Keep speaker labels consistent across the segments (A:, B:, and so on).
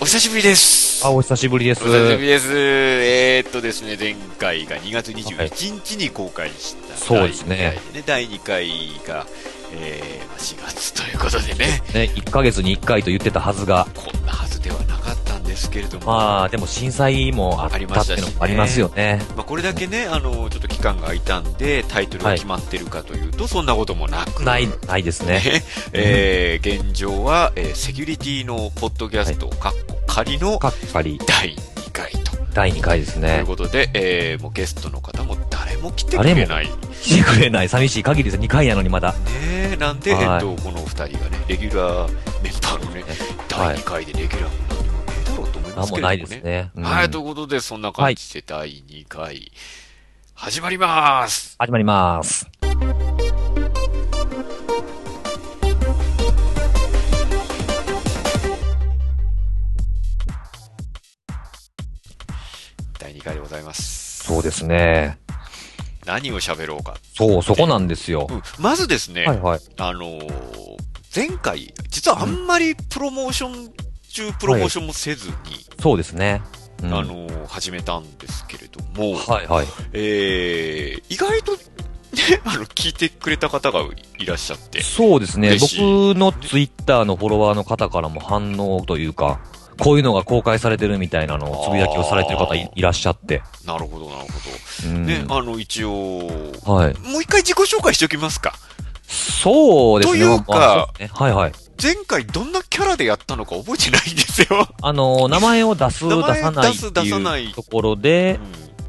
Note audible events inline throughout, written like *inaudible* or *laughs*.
A: 久しぶりです。
B: あ、お久しぶりです。
A: お久しぶりです。えー、っとですね、前回が2月21日に公開した、
B: そうですね
A: 第2回で。第2回が、えーまあ、4月ということでね、
B: ね、1ヶ月に1回と言ってたはずが、
A: こんなはずではなかったんですけれども、
B: まあ、でも震災もあったっていうのもありますよね。
A: まあ、これだけね、あの、ちょっと期間が空いたんで、タイトルが決まってるかというと、そんなこともなく。
B: ない、ないですね。
A: ねえー現状は、えーセキュリティのポッドキャスト、かっこ仮の
B: かっぱり、
A: 第2回と。
B: 第2回です
A: とい
B: ね
A: う。ことで、えーもうゲストの方も誰も来てくれない。ね
B: 来てくれない、寂しい限りです。2回やのにまだ。
A: えなんで、え
B: は
A: っ
B: い
A: と、この2人がね、レギュラーメンバーのね、
B: は
A: 第
B: い
A: 2回でレギュラーも何もねえだろうと思いま
B: なん
A: すけれども
B: もな
A: ね。
B: いですね。うん
A: はい、ということで、そんな感じで第2回、始まります
B: 始まります。
A: 第2回でございます。
B: そうですね。
A: 何を喋ろうか。
B: そう、そこなんですよ
A: う。ん、まずですね、
B: はいはい。
A: あのー前回、実はあんまりプロモーション中、プロモーションもせずに、
B: そうですね。うん
A: あのー始めたんですけれども、
B: はいはい。
A: えー、意外と、ね、 *laughs* あの、聞いてくれた方がいらっしゃって、
B: そうですね。
A: 嬉
B: 僕
A: しい
B: のツイッターのフォロワーの方からも反応というか、こういうのが公開されてるみたいなのをつぶやきをされてる方い
A: あー
B: いらっしゃって。
A: なるほど、なるほ
B: うん
A: ど。ね、あの、一応、
B: はい。
A: もう一回自己紹介しておきますか。
B: そうですね。
A: というか
B: まあそうですねはいはい。
A: 前回どんなキャラでやったのか覚えてないんですよ。
B: あのー名前を出す、
A: 名
B: 出
A: 前
B: さないっ
A: 出す
B: て
A: 出さない
B: いうところで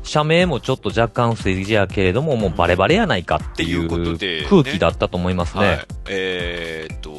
A: う、ん
B: 社名もちょっと若干不正義やけれども、もうバレバレやないかって
A: っ
B: い
A: ていうこと
B: う
A: でね
B: 空気だったと思います
A: はい
B: ね。。
A: えーっと、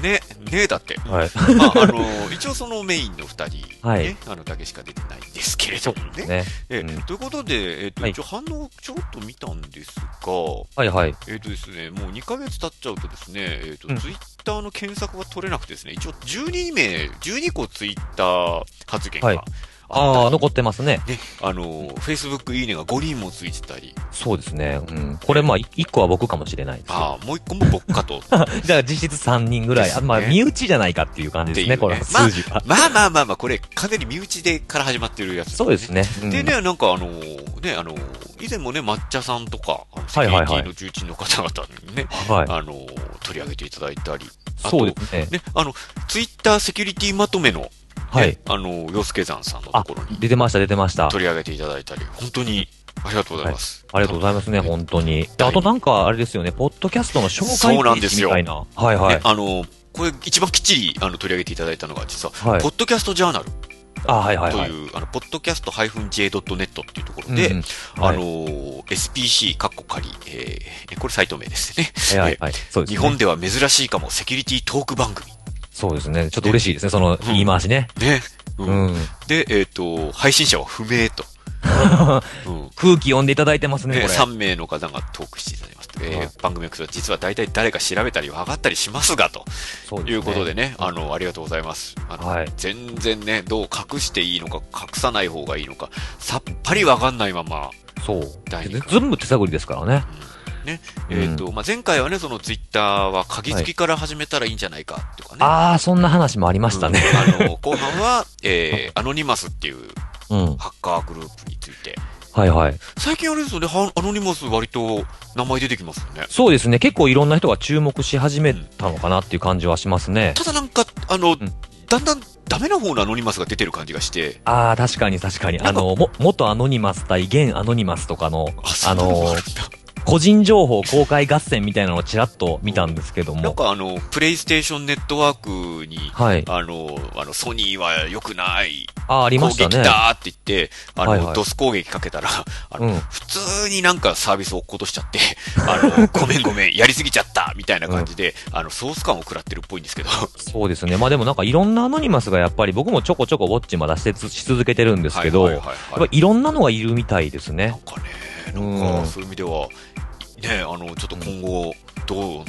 A: ね、ねえだって。
B: はい。
A: まあ、あの、一応そのメインの二人、ね、
B: はい
A: あの、だけしか出てないんですけれどもね。
B: ね。
A: ええ
B: うん
A: ということで、えっ、と、
B: はい
A: 一応反応をちょろっと見たんですが、
B: はいはい。
A: えっ、とですね、もう2ヶ月経っちゃうとですね、えっ、と、
B: うん
A: ツイッターの検索が取れなくてですね、一応12名、12個ツイッター発 *laughs* 言があ
B: は
A: った
B: い
A: り、
B: ああ、残ってますね。
A: ね、あの、Facebook いいねが5人もついてたり、
B: そうですね。うん。これまあ、い一個は僕かもしれないですけど。
A: ああ、もう1個も僕かと。 *laughs*
B: だから実質3人ぐらい。
A: です
B: あ
A: ね
B: まあ、身内じゃないかっていう感じですね、
A: ってい
B: こ
A: う
B: の
A: ね
B: 数字は。
A: まあまあまあまあ、これ、完全に身内でから始まってるやつ、
B: そうです。ね。うん
A: でね、なんかあのね、あの以前もね、抹茶さんとか、あのセ
B: は
A: キ
B: い
A: ュ
B: はいは
A: リ
B: い
A: ティの重鎮の方々にね、
B: はい。
A: あの取り上げていただいたり、あと
B: そうですね。
A: ね、あの、ツイッターセキュリティまとめの、ね
B: はい。
A: あの、洋介山さんのところに
B: 出てました、出てました。
A: 取り上げていただいたり、本当にありがとうございます。
B: ありがとうございますね、
A: ね
B: 本当に。であとなんか、あれですよね、ポッドキャストの紹介
A: そうなんですよ
B: みたいな。はいはい
A: ね。あのこれ一番きっちりあの取り上げていただいたのが、実は、
B: はい
A: ポッドキャストジャーナルという、
B: あ、はいはいはい。
A: あの、ポッドキャスト -j.net っていうところで、
B: うんうん
A: あの
B: は
A: ー SPC、カッコ仮、えーこれサイト名ですね。
B: いはいはい。そうです
A: 日
B: ね。
A: 本では珍しいかも、セキュリティトーク番組。
B: そうですね。ちょっと嬉しいですね、その言い回しね。
A: ね。う
B: うんん。
A: で、えっ、と、配信者は不明
B: *laughs*
A: と。うん
B: 空気読んでいただいてますね、
A: ね、
B: これ。
A: 3名の方がトークしていただきます。えー
B: はい
A: 番組のこと実は大体誰か調べたり分かったりしますが、と
B: そう
A: いうことで
B: ね。
A: ね、あの、ありがとうございます。あの
B: はい
A: 全然ね、どう隠していいのか、隠さない方がいいのか、さっぱり分かんないまま、
B: そう。
A: 第二回
B: 全部手探りですからね。
A: ね、
B: うん
A: えっ、と、まあ、前回はね、そのツイッターは鍵付きから始めたらいいんじゃないか、とかね。
B: ああ、そんな話もありましたね。
A: うんあの、後半は、え
B: *laughs*
A: ー、アノニマスっていう
B: うん。
A: ハッカーグループについて。
B: はいはい。
A: 最近あれですよね、はアノニマス割と名前出てきますよね。
B: そうですね。結構いろんな人が注目し始めたのかなっていう感じはしますね。
A: ただなんか、あの、
B: ん
A: だんだんダメな方のアノニマスが出てる感じがして、
B: ああ、確かに確かに。あの、も、元アノニマス対現アノニマスとかの、あ
A: そう
B: の
A: な、んだ
B: 個人情報公開合戦みたいなのをちらっと見たんですけ
A: *laughs*
B: ど
A: なん
B: も。
A: かあの、プレイステーションネットワークに、
B: はい。
A: あの、あの、ソニーは良くない、
B: ああ、あり
A: 攻
B: ました
A: 撃
B: ね。
A: だーって言って、あの、
B: はいはい
A: ドス攻撃かけたら、 *laughs* あの、
B: うん
A: 普通になんかサービス落っことしちゃ
B: *laughs*
A: って、あの、ごめんごめん、やりすぎちゃった、みたいな感じで、あの、ソース感を食らってるっぽいんですけど、
B: そうですね。まあでもなんかいろんなアノニマスがやっぱり僕もちょこちょこウォッチまだしてつし続けてるんですけど、
A: はい
B: や
A: は
B: っ
A: いはいはい
B: ぱいろんなのがいるみたいです
A: な
B: ね
A: ん。かね、
B: う
A: なん
B: ん
A: か。そういう意味では、ね、あの、ちょっと今後、どう、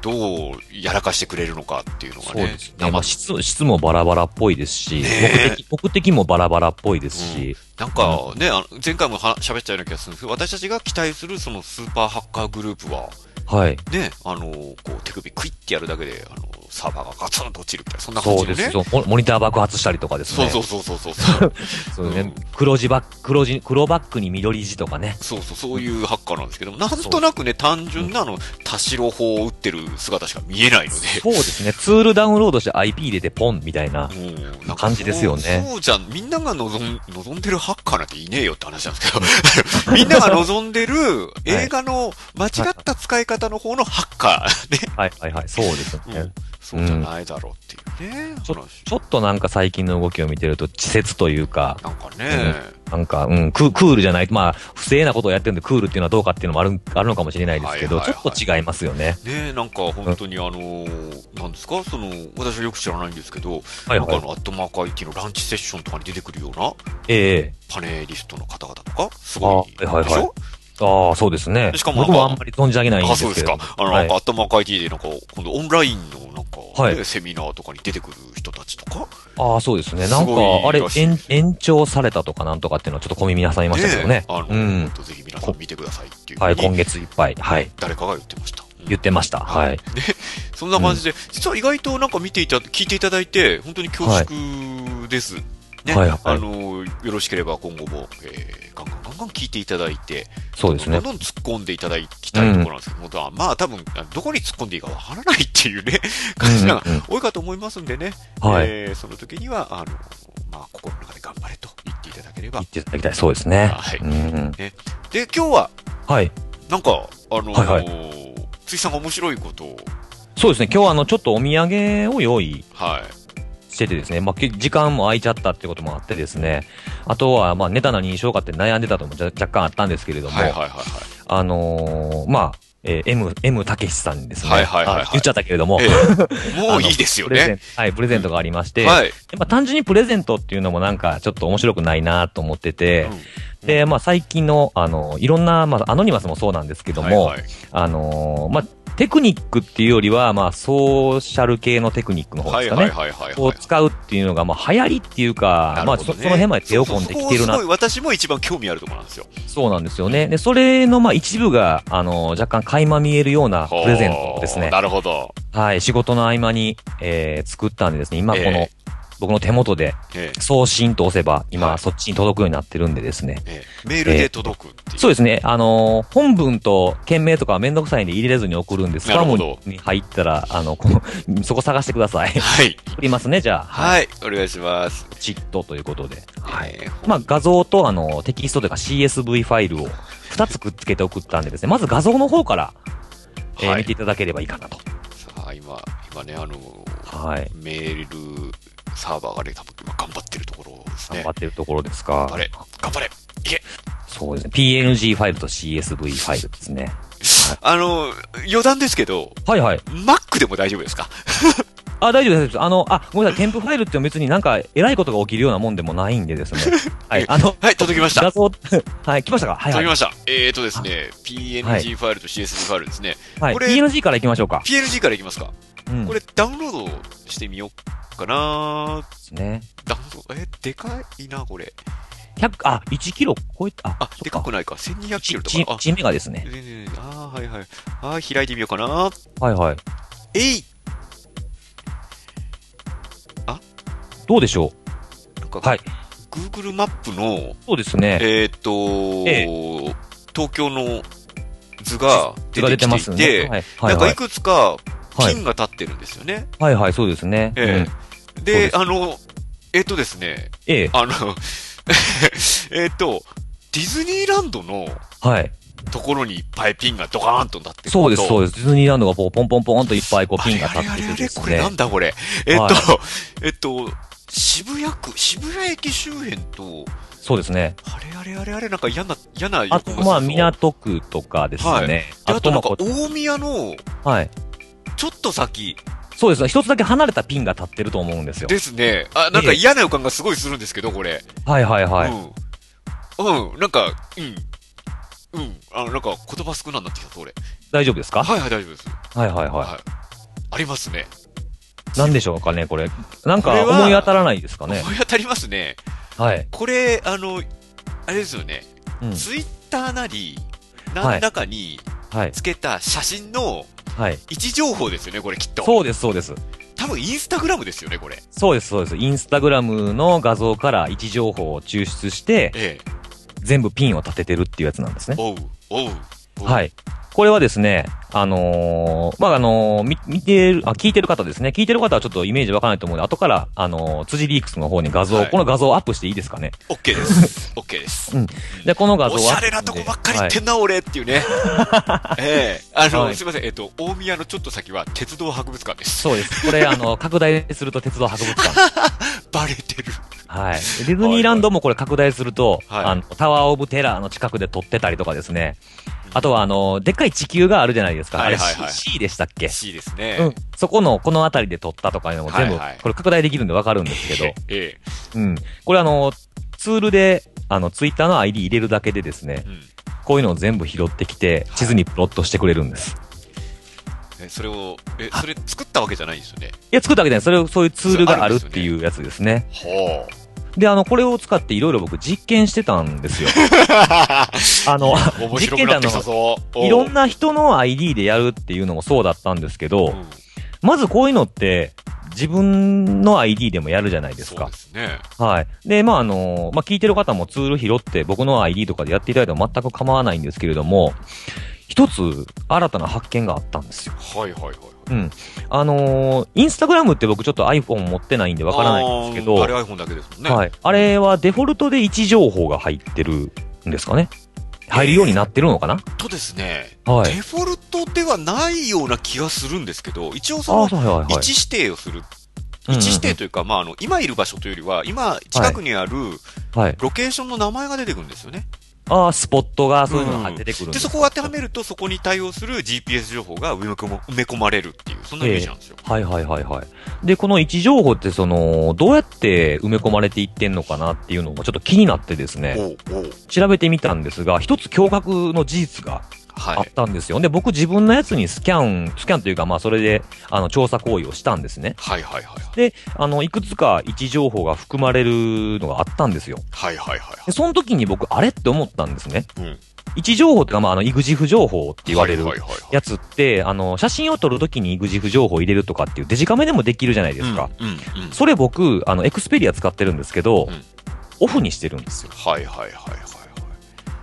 A: どうやらかしてくれるのかっていうのが
B: そう
A: ね
B: です、ね。ま
A: 生
B: あ質、質もバラバラっぽいですし、
A: ねえ
B: 目的、目的もバラバラっぽいですし、
A: なんかね、あの前回もは喋っちゃうような気がするんですけど、私たちが期待するそのスーパーハッカーグループは、
B: はい。
A: ね、あの、こう手首クイッてやるだけで、あの、サーバーがガツンと落ちるみたいな、そんな感
B: そ
A: じで
B: うです
A: ね。
B: そうモモニター爆発したりとかです
A: そう
B: ね。
A: そうそうそうそうそう。
B: そう
A: う
B: ね
A: ん。
B: 黒字バック、黒字、黒バックに緑字とかね。
A: そうそう、そういうハッカーなんですけども、なんとなくね、単純なあの、田代法を打ってる姿しか見えないので、
B: そうですね。ツールダウンロードして IP 入れてポンみたい
A: も
B: な。
A: うなんか
B: 感じですよね
A: そうそうじゃん。みんなが望ん、望んでるハッカーなんていねえよって話なんですけど、 *laughs* みんなが望んでる映画の間違った使い方の方のハッカ
B: はいはいはい。そうです
A: ー。う
B: ね
A: ん。そうじゃないだろうっていうね、
B: ちょ
A: 話。
B: ちょっとなんか最近の動きを見てると、稚拙というか、
A: なんかね、
B: なんか、うん、ククールじゃない、まあ、不正なことをやってるんで、クールっていうのはどうかっていうのもあるあるのかもしれないですけど、
A: はいはいはい
B: ちょっと違いますよね。
A: ねなんか本当にあのーなんですかその、私はよく知らないんですけど、
B: はい
A: なんか
B: は
A: あ
B: い。
A: の、アットマーク IT のランチセッションとかに出てくるような
B: ええ
A: パネリストの方々とか、すごいでしょ、
B: あはいはいはいああ、そうですね。
A: しかもなん
B: 僕
A: か
B: もあんまり存じ上げないんで
A: あ、
B: す
A: そうで
B: け
A: す
B: ど。
A: か。あの、
B: は
A: なん
B: い
A: か、アットマーク IT で、なんか、今度オンラインの、なんか、
B: はい
A: ねセミナーとかに出てくる人たちとか、
B: ああ、そうですね。
A: す
B: なんか
A: ごい、
B: あれ
A: らしい
B: 延、延長されたとかなんとかっていうのはちょっと小耳になさいましたけどね。
A: えあの、
B: うん
A: ほんとぜひ皆さん見てくださいっていうふ
B: はい、
A: う
B: 今
A: に、
B: 月いっぱい。はい。
A: 誰かが言ってました。うん
B: 言ってました。はい。
A: そんな感じで、実は意外となんか見ていた、聞いていただいて、本当に恐縮です。ね、
B: はいはい
A: あの、よろしければ今後も、えー、ガンガンガンガン聞いていただいて、
B: そうですね
A: どん。どん突っ込んでいただきたいところなんですけども、だまあ多分、どこに突っ込んでいいかわからないっていうね、 *laughs* 感じが
B: うんうん
A: 多いかと思いますんでね、
B: はい
A: えーその時には、あの、まあ、心の中で頑張れと言っていただければ
B: 言っ。ていただきたい。そうですね。
A: はい
B: うん
A: で、今日は、
B: はい。
A: なんか、あの、
B: はい
A: 辻さんが面白いことを、
B: そうですね。今日はあの、ちょっとお土産を用意
A: はい。
B: しててですね、まあ、け時間も空いちゃったってこともあってですね、あとは、まあ、ネタ何にしようかって悩んでたともじゃ若干あったんですけれども、
A: はいはいはいはい。
B: あのーまあ、えー M、M たけしさんにですね、
A: はいはいはいはい
B: あ言っちゃったけれども、
A: ええ
B: *laughs*
A: もういいですよ
B: プレゼ
A: ね。
B: ンはい、プレゼントがありまして、
A: はい。
B: やっぱ単純にプレゼントっていうのもなんかちょっと面白くないなと思ってて、
A: うん
B: で、まあ最近の、あの、いろんな、まあアノニマスもそうなんですけど
A: うん
B: も、
A: はいはい
B: あのーまあテクニックっていうよりは、まあソーシャル系のテクニックの方
A: は
B: で
A: い
B: すか
A: はい。
B: ね
A: はいはい
B: を
A: はい。
B: 使うっていうのが、まあ、流行りっていうか、ま
A: な
B: あ
A: るほど
B: そ、そ
A: ね
B: の辺まで手を込んできてるな
A: そうそうそこすごい私も一番興味あるところなんですよ。
B: そうなんですよね。で、それの、まあ、一部が、あの、若干垣間見えるようなプレゼントをです
A: ほう
B: ね。
A: なるほど。
B: はい、仕事の合間に、えー、作ったんでですね、今この、
A: ええ
B: 僕の手元で
A: ええ
B: 送信と押せば、今、
A: はい
B: そっちに届くようになってるんでですね。
A: ええメールで届くっていう。
B: そうですね。あのー本文と件名とかはめんどくさいんで入れれずに送るんです。ス
A: なる
B: パ
A: ほ
B: ム
A: ど
B: に入ったら、あの、この、そこ探してくだ
A: *laughs*
B: さい。
A: はい。
B: 送りますね、じゃあ。い。
A: はい、お願いします。
B: チッとということで。はい。
A: えー
B: まあ、画像とあのテキストというか CSV ファイルを2つくっつけて送ったんでですね、まず画像の方から、えー
A: はい
B: 見ていただければいいかなと。
A: さあ、今、今ね、あのー、
B: はい。
A: メールサーバーがね、多分今頑張ってるところです
B: 頑
A: ね
B: 張っ。てるところですか。
A: あれ、頑張れ。
B: そうですね。PNG ファイルと CSV ファイルですね。
A: あのー、余談ですけど、
B: はいはい。
A: Mac でも大丈夫ですか
B: あ、大丈夫です大丈夫です。あの、あ、ごめんなさい。添付ファイルって別になんか、えらいことが起きるようなもんでもないんでですね。
A: *laughs*
B: はい。あの、
A: はい、届きました。
B: 画像、 *laughs* はい、来ましたかはい、は
A: 届
B: い
A: き。ました。えーとですね、
B: はい
A: PNG ファイルと CSV ファイルですね。
B: はい、
A: これ
B: PNG から行きましょうか。
A: PNG からいきますか。
B: うん。
A: こ
B: れ
A: れダウンロードしてみようかな
B: ですね。
A: ダウンロード、え、でかいな、これ。
B: 100、あ、1キロ超えた。あ
A: あ、でかくないか。1200キロと
B: 1
A: か。あ、
B: メガですね。
A: 全然、あーはいはい。あー開いてみようかな
B: はいはい。
A: えい
B: どうでしょ
A: なんか、
B: うはい。
A: Google マップの、
B: そうですね。
A: えーっと東京の図が出
B: が
A: て
B: 出てま
A: き
B: す
A: てい
B: ね。
A: て、
B: はい。は
A: ないんか
B: はいい。
A: くつか
B: はい
A: 金が立ってるんですよね。
B: はいはい、そうですね。う
A: え
B: ん
A: え
B: そう
A: で
B: です
A: あの、えーっとですね、
B: ええ。
A: あの、 *laughs* えーっと、ディズニーランドの
B: はい。
A: ところにいっぱいピンがドカーンとなってる
B: そうです、そう
A: う
B: です。ディズニーランドがこう、ポンポンポンといっぱいこう、ピンが立
A: あれあ
B: っ
A: れ
B: て
A: あれ
B: て
A: あれ、
B: です
A: これ
B: ね
A: な。んだこれ。えっと、
B: はい
A: えっと、渋谷区、渋谷駅周辺と、
B: そうですね。
A: あれあれあれあれ、なんか嫌な、嫌な予感
B: あ
A: がす
B: と
A: る、ぞ
B: まあ、港区とかです
A: はい
B: ね。
A: であとなん
B: ま
A: か
B: こう
A: 大宮の
B: はい。
A: ちょっと先
B: そうです。一つだけ離れたピンが立ってると思うんですよ。
A: ですね。あ、なんか嫌な予感がすごいするんですけど、これ。
B: はいはいはい。
A: うん。うん、なんか、うん。うん。あの、なんか言葉少なになってきたぞ、俺。
B: 大丈夫ですか
A: はいはい、大丈夫です。
B: はいはいは
A: はい。ありますね。
B: い。なんでしょうかね、これ。なん
A: これ
B: か、
A: は
B: 思い当たらないですかね。
A: 思い当たりますね。
B: はい。
A: これ、あの、あれですよね。
B: うん
A: ツイッターなり、
B: は
A: 何
B: い
A: らかに、
B: はい。
A: つけた写真の
B: はい。
A: 位置情報ですよね、これきっと。
B: そうです、そうです。
A: 多分インスタグラムですよね、これ。
B: そうです、そうです。インスタグラムの画像から位置情報を抽出して、
A: ええ。
B: 全部ピンを立ててるっていうやつなんですね。
A: おう、おう。おう
B: は。い。これはですね、あのーまあ、あのーみ、見てる、あ、聞いてる方ですね。聞いてる方はちょっとイメージわかんないと思うので、後から、あのー辻リークスの方に画像、
A: はい
B: この画像をアップしていいですかね。
A: オッケーです。オッケーです。
B: じゃあ、この画像を
A: お
B: アップ
A: し
B: して
A: ゃれなとこばっかり行って
B: はい
A: んな、俺っていうね。 *laughs* ええあの、
B: はい
A: すいません。えっ、と、大宮のちょっと先は鉄道博物館です。
B: そうです。これ、あの、拡大すると鉄道博物館。
A: バレてる。 *laughs*
B: はい。ディズニーランドもこれ拡大すると、
A: はい
B: あの、タワーオブテラーの近くで撮ってたりとかですね。あとは、あの、でっかい地球があるじゃないですか。
A: はいはい
B: あ
A: はい
B: れ C, C でしたっけ
A: C ですね。
B: うん、そこの、この辺りで撮ったとかいうのも全部、
A: はいはい
B: これ拡大できるんでわかるんですけど、
A: え
B: うん。これあの、ツールで、あの、ツイッターの ID 入れるだけでです
A: え、
B: ね
A: うん
B: こういうのを全部拾ってきて
A: は、い
B: 地図にプロットしてくれるんです。い、
A: え。それを、え、それ作ったわけじゃないんですよね。
B: や、作ったわけじゃない。それを、そういうツールがあるっていうやつですね。
A: ほう。
B: で、あの、これを使っていろいろ僕実験してた
A: *laughs*
B: んですよ。あの、
A: 面白くなってきたぞ。
B: いろん
A: な、
B: な人の ID でやるっていうのもそうだったんですけ
A: う
B: ど、
A: ん
B: まずこういうのって、自分の ID でもやるじゃないです
A: そう
B: か
A: で。すね。
B: はい。で、まあ、あの、まあ、聞いてる方もツール拾って僕の ID とかでやっていただいても全く構わないんですけれども、一つ新たな発見があったんですよ。
A: はいはいはい。
B: うん。あのーインスタグラムって僕ちょっと iPhone 持ってないんでわからないんですけど、
A: あーあれ iPhone だけですもんね。
B: はい。あれはデフォルトで位置情報が入ってるんですかね入るようになってるのかな、
A: とですね、
B: はい
A: デ。フォルトではないような気がするんですけど、一応そ
B: あ
A: の
B: あ、、そうはいはいはい。
A: 位置指定をする。
B: うん
A: 位置指定というか、まあ、あの、今いる場所というよりは、今、近くにある
B: はい。
A: ロケーションの名前が出てくるんですよね。
B: ああ、スポットがそういうのが出てくるん
A: で、
B: です
A: そ
B: か
A: こを当てはめると、そこに対応する GPS 情報が埋め込ま埋め込まれるっていう、そんなイメージなんですよ。
B: はいはいはいはい。で、この位置情報ってその、どうやって埋め込まれていってんのかなっていうのがちょっと気になってですね、
A: おうおう
B: 調べてみたんですが、一つ驚愕の事実があ
A: は
B: っ
A: い。
B: たんですよ。で、僕自分のやつにスキャン、スキャンというかまあそれで、あの、調査行為をしたんですね。
A: はいはいはいはい。
B: で、あの、いくつか位置情報が含まれるのがあったんですよ。
A: はいはいはい
B: で、その時に僕、あれって思ったんですね。
A: はい。うん。
B: 位置情報っていうか、まあ、あの、イグジフ情報って言われる
A: はいはいはいはい
B: やつって、あの、写真を撮るときに EXIF 情報を入れるとかっていうデジカメでもできるじゃないですか。
A: うんうんうん。
B: それ僕、あの、エクスペリア使ってるんですけど、
A: うん
B: オフにしてるんですよ。
A: はいはいはいは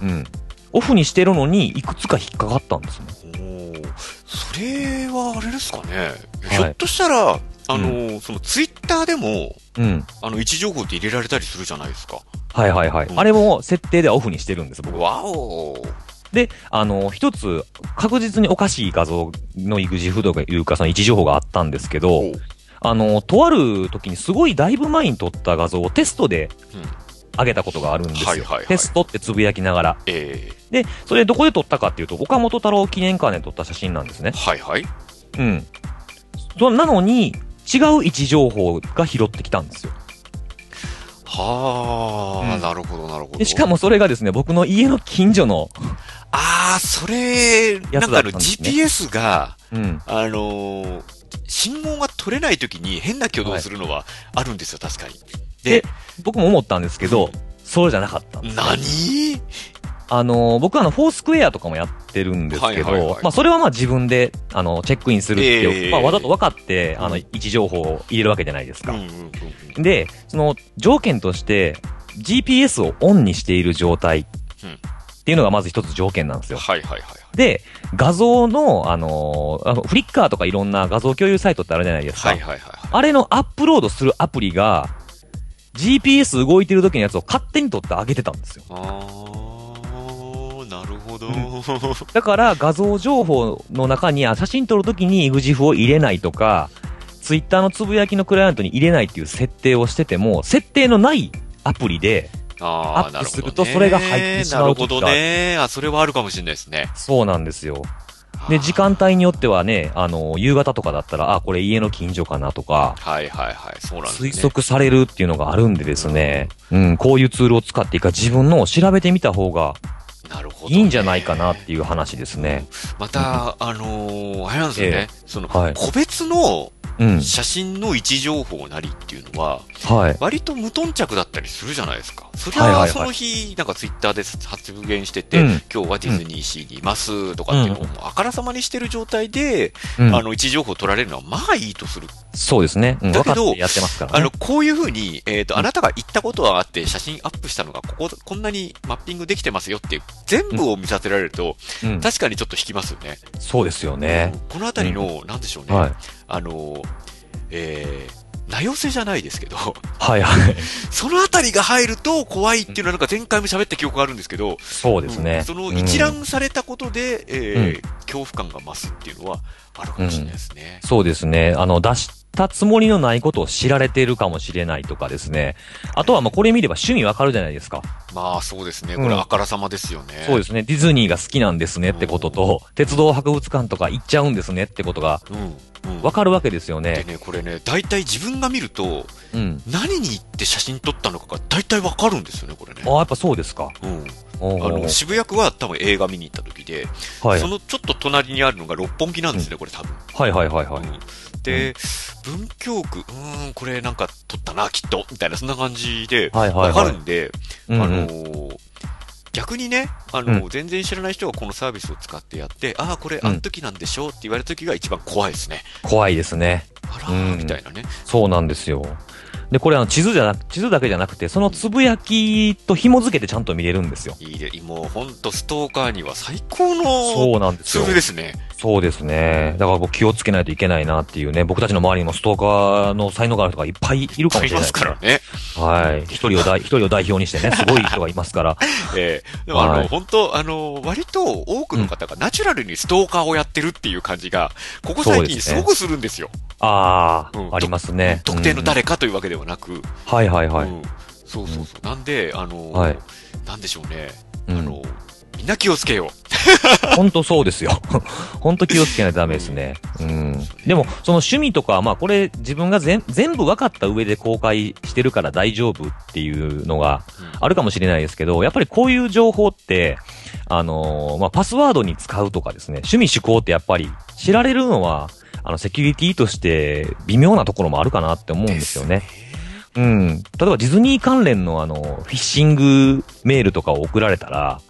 B: うん。オフにしてるのに、いくつか引っかかったんですね。
A: いはい。おーそれはあれですかね。
B: い
A: ひょっとしたら、あのー、そのツイッターでも、
B: うん。
A: あの、位置情報って入れられたりするじゃないですか。
B: はいはいはい。
A: うん
B: あれも設定ではオフにしてるんです、僕は。
A: わおー
B: で、あの、一つ、確実におかしい画像の EXIF というか、その位置情報があったんですけど、
A: おう
B: あの、とある時にすごいだいぶ前に撮った画像をテストで
A: うん
B: 上げたことがあるんですよ。
A: はいはいはい
B: テストってつぶやきながら。
A: え
B: で、それどこで撮ったかっていうと、岡本太郎記念館で撮った写真なんですね
A: ー、。はいはい。
B: うん。そなのに、違う位置情報が拾ってきたんですよ。
A: はあ、
B: うん
A: なるほどなるほど。
B: でしかもそれがですね、僕の家の近所の、
A: ああ、それ、な
B: や
A: んか
B: つだ
A: あ
B: っ
A: の
B: たんですね
A: GPS が、
B: うん。
A: あのー信号が取れないときに変な挙動をするのはあるんですよ、確かに。で
B: で、僕も思ったんですけど、そうじゃなかったんです。
A: 何
B: あの、僕はあの、フォースクエアとかもやってるんですけど、
A: はいはいはい
B: まあ、それはまあ自分で、あの、チェックインするっていう、
A: ええ
B: まあ、わざと分かって、あ
A: う
B: の、
A: ん
B: 位置情報を入れるわけじゃないです
A: うんう
B: か。
A: んうんうん。
B: で、その、条件として、GPS をオンにしている状態
A: うん
B: っていうのがまず一つ条件なんですよ。
A: はいはいはい。
B: で、画像の、あのーあの、フリッカーとかいろんな画像共有サイトってあるじゃないですか。
A: はいはいはい。
B: あれのアップロードするアプリが、GPS 動いてる時のやつを勝手に取ってあげてたんですよ。
A: あー、なるほど。
B: うんだから画像情報の中に、あ写真撮るときに EXIF を入れないとか、ツイッターのつぶやきのクライアントに入れないっていう設定をしてても、設定のないアプリで、
A: あ
B: ア
A: ー、
B: ップ
A: なるほど、ね。
B: するとそれが入ってしまう
A: なる
B: 時
A: ほ
B: が
A: ど
B: ある
A: ね。あ、それはあるかもしれないですね。
B: そうなんですよ。で、時間帯によってはね、あの、夕方とかだったら、あ、これ家の近所かなとか、
A: はいはいはい。そうなんですね。
B: 推測されるっていうのがあるんでですね、うん、こういうツールを使っていいか自分のを調べてみた方が
A: なるほど、
B: いいんじゃないかなっていう話ですね。
A: また、あのーあれなんですよね。その、
B: はい
A: 個別の
B: うん。
A: 写真の位置情報なりっていうのは、
B: はい。
A: 割と無頓着だったりするじゃないですか。そり
B: はいはいは
A: ゃ、
B: い
A: その日、なんかツイッターで発言してて、
B: うん
A: 今日はディズニーシーにいますとかっていうのをもうあからさまにしてる状態で、
B: うん
A: あの、位置情報取られるのはまあいいとする。
B: そうですね。うん、
A: だ
B: 分
A: け
B: かっ
A: ど
B: てやってますから
A: あ
B: ね
A: の、。こういうふうに、えっ、と、あなたが言ったことはあって、写真アップしたのが、ここ、こんなにマッピングできてますよっていう、全部を見させられると、
B: うん、
A: 確かにちょっと引きますよね。
B: そうですよね。
A: このあたりの、なんでしょうね。
B: はい。
A: あの、えー、名寄せじゃないですけど、 *laughs*
B: はいはい。
A: そのあたりが入ると怖いっていうのはなんか前回も喋った記憶があるんですけど、
B: そうです
A: う
B: ね
A: ん。その一覧されたことで、えー恐怖感が増すっていうのはあるかもしれないですね。
B: そうですね。あの、出したつもりのないことを知られてるかもしれないとかですね。あとは、まあ、これ見れば趣味わかるじゃないですか。
A: まあそうですね。
B: うん
A: これあからさまですよね。
B: そうですね。ディズニーが好きなんですねってことと、鉄道博物館とか行っちゃうんですねってことが
A: うん。うん。
B: わかるわけですよ
A: で
B: ね。
A: ね、これね、大体自分が見ると、
B: うん。
A: 何に行って写真撮ったのかが大体わかるんですよね、これね
B: あ。あ、やっぱそうですか。
A: うん。
B: おー
A: あの、渋谷区は多分映画見に行った時で、
B: はい
A: そ。のちょっと隣にあるのが六本木なんですね、これ多分。
B: はいはいはいはい。
A: うんで、文京区、うーん、これなんか撮ったな、きっと、みたいな、そんな感じで、
B: はいはいはい
A: わかるんで、
B: うんう
A: あの
B: ん。
A: ー逆にね、あのー
B: う
A: 全然知らない人がこのサービスを使ってやって、ああ、これ、
B: うん
A: あの時なんでしょうって言われた時が一番怖いですね。
B: 怖いですね。
A: あら
B: う
A: ー、
B: ん
A: みたいなね。
B: そうなんですよ。で、これあの地図じゃなく、地図だけじゃなくて、そのつぶやきと紐付けてちゃんと見れるんですよ。
A: いいで、もうほんとストーカーには最高
B: そ
A: の
B: うなんです
A: ツ
B: よ
A: ー。ルですね。
B: そうですね。だからこう気をつけないといけないなっていうね、僕たちの周りにもストーカーの才能がある人がいっぱいいるかも
A: あ
B: し
A: りま
B: れない
A: す。からね。
B: はい。一人を代、一人を代表にしてね、すごい人がいます
A: *laughs*
B: から。
A: えーでもあの、
B: はい
A: 本当あの、割と多くの方がナチュラルにストーカーをやってるっていう感じが、ここ最
B: そう
A: 近
B: です
A: す
B: ね
A: ごくするんですよ。
B: ああ、
A: うん
B: ありますね。
A: 特定の
B: うん
A: 誰かというわけではなく、
B: はいはいは
A: う
B: い。
A: んそうそうそう、なんで、あのー
B: はい
A: なんでしょうね、
B: うん
A: あのーみんな気をつけよ
B: 本当そうですよ。 *laughs* 本当気をつけないとダメですね。うん。でも、その趣味とか、まあこれ自分が全全部分かった上で公開してるから大丈夫っていうのが
A: う、
B: あるかもしれないですけど、やっぱりこういう情報って、あのーまあパスワードに使うとかですね、趣味思考ってやっぱり知られるのは、あの、セキュリティとして微妙なところもあるかなって思うんですよね。うん。例えばディズニー関連のあの、フィッシングメールとかを送られたら、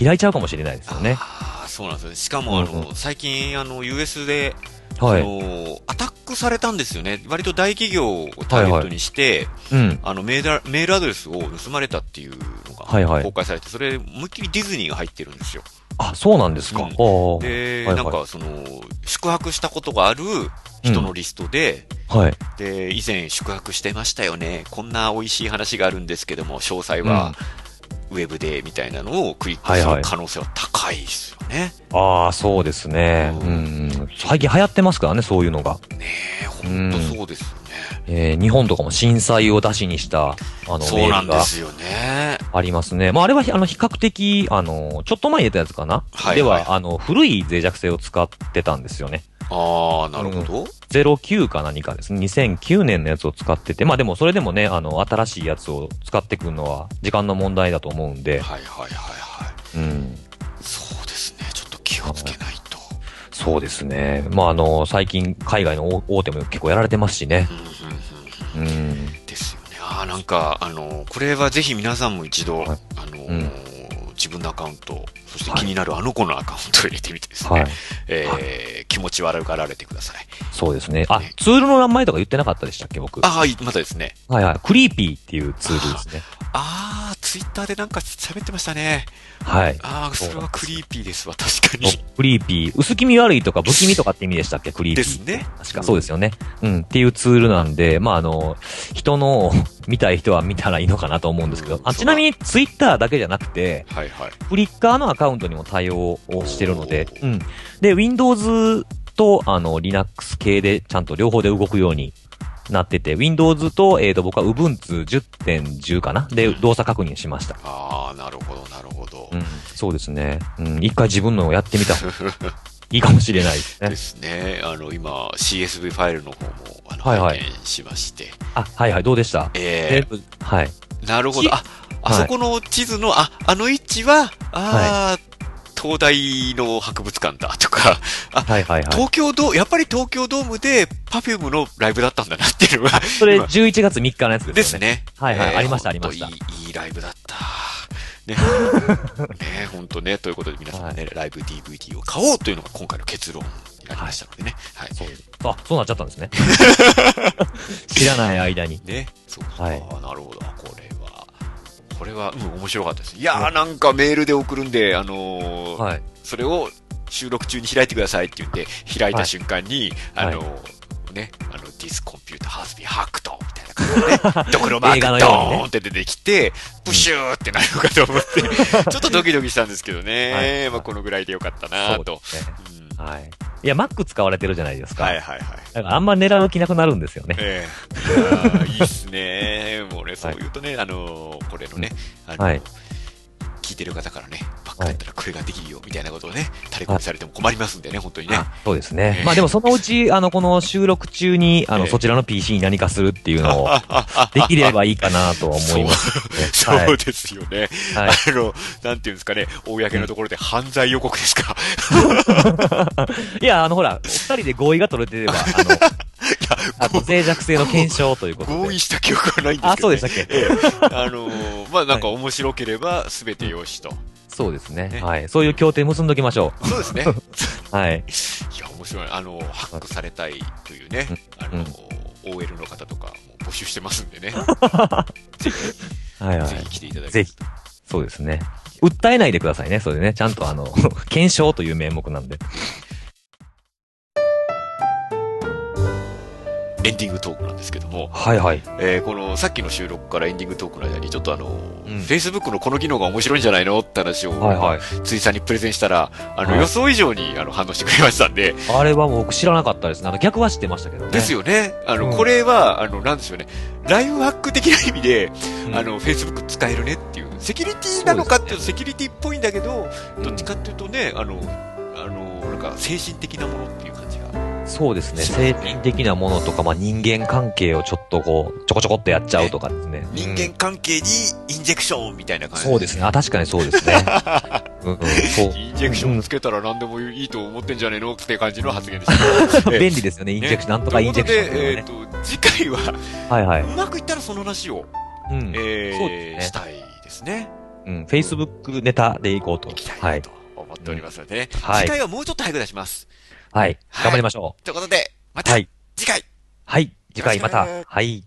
B: 開いちゃうかもしれないですよね。
A: あーそうなんですよね、しかも、あの
B: うん
A: 最近、あの US で、
B: は
A: あ
B: い。
A: のーアタックされたんですよね、割と大企業をターゲットにして、
B: うん。
A: あのメールメールアドレスを盗まれたっていうのが
B: はいはい
A: 公開されて、それ、思いっきりディズニーが入ってるんですよ。
B: あ、そうなんですか。
A: うん
B: おー
A: で、
B: はい
A: な
B: はい
A: んか、その、宿泊したことがある人のリストで、
B: はい。
A: で、以前宿泊してましたよね。こんな美味しい話があるんですけども、詳細はウェブでみたいなのをクリックす
B: はいは
A: る
B: い
A: 可能性は高いですよね。
B: ああ、そうですね。
A: う
B: うんんうん。最近流行ってますからね、そういうのが。
A: ねえ、ほんとそうですよね。
B: えー日本とかも震災を出しにした、あの、
A: そうなんで
B: メールが
A: すよね。
B: ありますね。まあ、あれは、あの、比較的、あの、ちょっと前に出たやつかな。
A: はい
B: で
A: はい
B: は、あの、古い脆弱性を使ってたんですよね。
A: ああ、なるほど。
B: 09か何かですね。2009年のやつを使ってて、まあでもそれでもね、あの、新しいやつを使ってくるのは時間の問題だと思うんで、
A: はいはいはいはい。
B: うん。
A: そうですね。ちょっと気をつけないと。
B: そうですね。まああの、最近海外の大大手も結構やられてますしね。
A: うんうんうん
B: うん。
A: ですよね。ああ、なんか、あの、これはぜひ皆さんも一度、
B: はい
A: あの、
B: うん
A: 自分のアカウント、そして
B: はい
A: 気になるあの子のアカウントを入れてみてですね、
B: はい。
A: えー気持ち悪がられてください。
B: そうですね。あ
A: ね、
B: ツールの名前とか言ってなかったでしたっけ、僕。
A: ああ、いまたですね。
B: はいはい。クリーピーっていうツールですね。
A: ああ、ツイッターでなんか喋ってましたね。
B: はい。
A: ああ、それはクリーピーですわ、確か
B: お
A: に。
B: クリーピー。薄気味悪いとか不気味とかって意味でしたっけ、クリーピ
A: で
B: ー。
A: すね。
B: 確かそうですよね。うん。っていうツールなんで、まあ、あの、人の、 *laughs* 見たい人は見たらいいのかなと思うんですけ
A: うん
B: ど。あ
A: そう
B: ち
A: だ
B: なみに、ツイッターだけじゃなくて、
A: はいはい。
B: フリッカーのアカウントにも対応をしてるので
A: お、ー
B: うん。で、Windows と、あの、Linux 系で、ちゃんと両方で動くようになってて、Windows と、えっ、と、僕は Ubuntu 10.10かなで、動作確認しました。
A: ああ、なるほど、なるほど
B: う。ん。そうですね。うん。一回自分のをやってみ
A: *laughs*
B: た方がいいかもしれないです
A: で
B: ね。
A: すね。あの、今、CSV ファイルの方も、あの、
B: はいはい
A: 拝見しまして。
B: あ、はいはい、どうでした
A: え
B: え
A: ー
B: っ、と、はい。
A: なるほど。
B: ち
A: あ、あそこの地図の、あ、あの位置は、ああ、東大の博物館だとか、あ、
B: はいはいはい。
A: 東京ドー、やっぱり東京ドームで Perfume のライブだったんだなっていうのが、
B: それ
A: 今
B: 11月3日のやつ
A: で
B: です
A: す
B: よね。
A: ね。
B: はいはい
A: えー
B: ありましたありました
A: ほんといい、いいライブだった。
B: *laughs*
A: ね。ね、本当ね。ということで皆さんね、ライブ DVD を買おうというのが今回の結論になりましたのでね。はい。
B: そうです。あ、そうなっちゃったんで
A: *laughs*
B: すね。知らない間に。
A: ね。そうか、
B: はい
A: なるほど。これは、これは、うん、面白かったです。いやー、なんかメールで送るんで、あのー
B: はい。
A: それを収録中に開いてくださいって言って、開いた瞬間に、
B: はい
A: あの、ね、あの、this computer has been hacked みたいな感じで、
B: *laughs*
A: ね、ドクロマー
B: 映
A: ク
B: 画の
A: ド
B: ようにね
A: ーンって出てきて、プシューってなるのかと思って、
B: *laughs*
A: ちょっとドキドキしたんですけどね、
B: はい
A: まあこのぐらいでよかったな
B: そう
A: と。
B: ですね。
A: うん
B: はい。いや、Mac 使われてるじゃないですか。
A: はいはいはい。
B: だからあんま狙う気なくなるんですよね。
A: ええいやーいいっすね。もうね、そう言うとね、あのーこれのね、あのー
B: はい
A: 聞いてる方からね、バックだったらこれができるよ、みたいなことをね、垂れ込みされても困りますんでね、本当にね。
B: あそうです
A: え
B: ね
A: え。
B: まあでもそのうち、あの、この収録中に、あ
A: え
B: の、
A: え
B: そちらの PC に何かするっていうのを、できればいいかなとは思います
A: *laughs* そ
B: ね。は
A: う
B: い。
A: ですよね。
B: はい。
A: あの、なんていうんですかね、公のところで犯罪予告ですか。
B: いや、あの、ほら、お二人で合意が取
A: *laughs*
B: れてれば、あの、あと脆弱性の検証ということ
A: 合
B: で
A: 意。した記憶はないんです
B: あ、
A: けど、
B: そう
A: ね。
B: でしたっけ
A: ええ、あのーまあ、なんか面白ければ全てよしと。
B: そうですね
A: ね。
B: はい。そういう協定結んどきましょ
A: そう
B: *laughs*
A: ですね。
B: う。はい。
A: いや、面白い。あのーハックされたいというね、あのー OL の方とかも募集してますんでね。
B: はいは
A: ぜ
B: い。
A: ひ来ていただき
B: ぜひ。そうですね。訴えないでくださいね。それでね。ちゃんとあの、 *laughs* 検証という名目なんで。
A: エンディングトークなんですけども、
B: はいはい。
A: えーこのさっきの収録からエンディングトークの間に、ちょっとあのー
B: うん
A: Facebook のこの機能が面白いんじゃないのって話を、
B: はいはい。
A: ついさんにプレゼンしたら、あの、
B: はい
A: 予想以上に、あの、反応してくれましたんで、
B: あれは僕知らなかったですね。あの、逆は知ってましたけどね。
A: ですよね。あの、
B: うん
A: これは、あの、なんでしょうね。ライフハック的な意味で、
B: うん
A: あの、Facebook 使えるねっていう、セキュリティなのかっていうと、セキュリティっぽいんだけど、
B: うん
A: どっちかっていうとね、あの、あの、なんか、精神的なものっていう感じが。
B: そうですね。
A: そう
B: 精神的なものとか、まあ、人間関係をちょっとこう、ちょこちょこっとやっちゃうとかですね。
A: 人
B: うん
A: 間関係にインジェクションみたいな感じ。
B: そうですね。あ、確かにそう
A: *laughs*
B: ですね。うん、うん、そう。。
A: インジェクションつけたら何でもいいと思ってんじゃねえのって感じの発言でした
B: *laughs* 便利ですよね。インジェクション、なんとかインジェクションっていうのはね。
A: ということで、えっ、と、次回は、
B: はいは
A: う
B: い。
A: まくいったらその話を、
B: うん。
A: えー
B: そうですね
A: したいですね。
B: うん。Facebook ネタでいこうと。
A: 行きたい
B: は。
A: ないと思っておりますのでね。
B: はい
A: 次回はもうちょっと早く出します。
B: はい。頑張りましょ
A: ということで、ま
B: う。
A: た
B: はい。
A: 次回
B: はい。次回ま
A: よ
B: た
A: ろしく。
B: はい。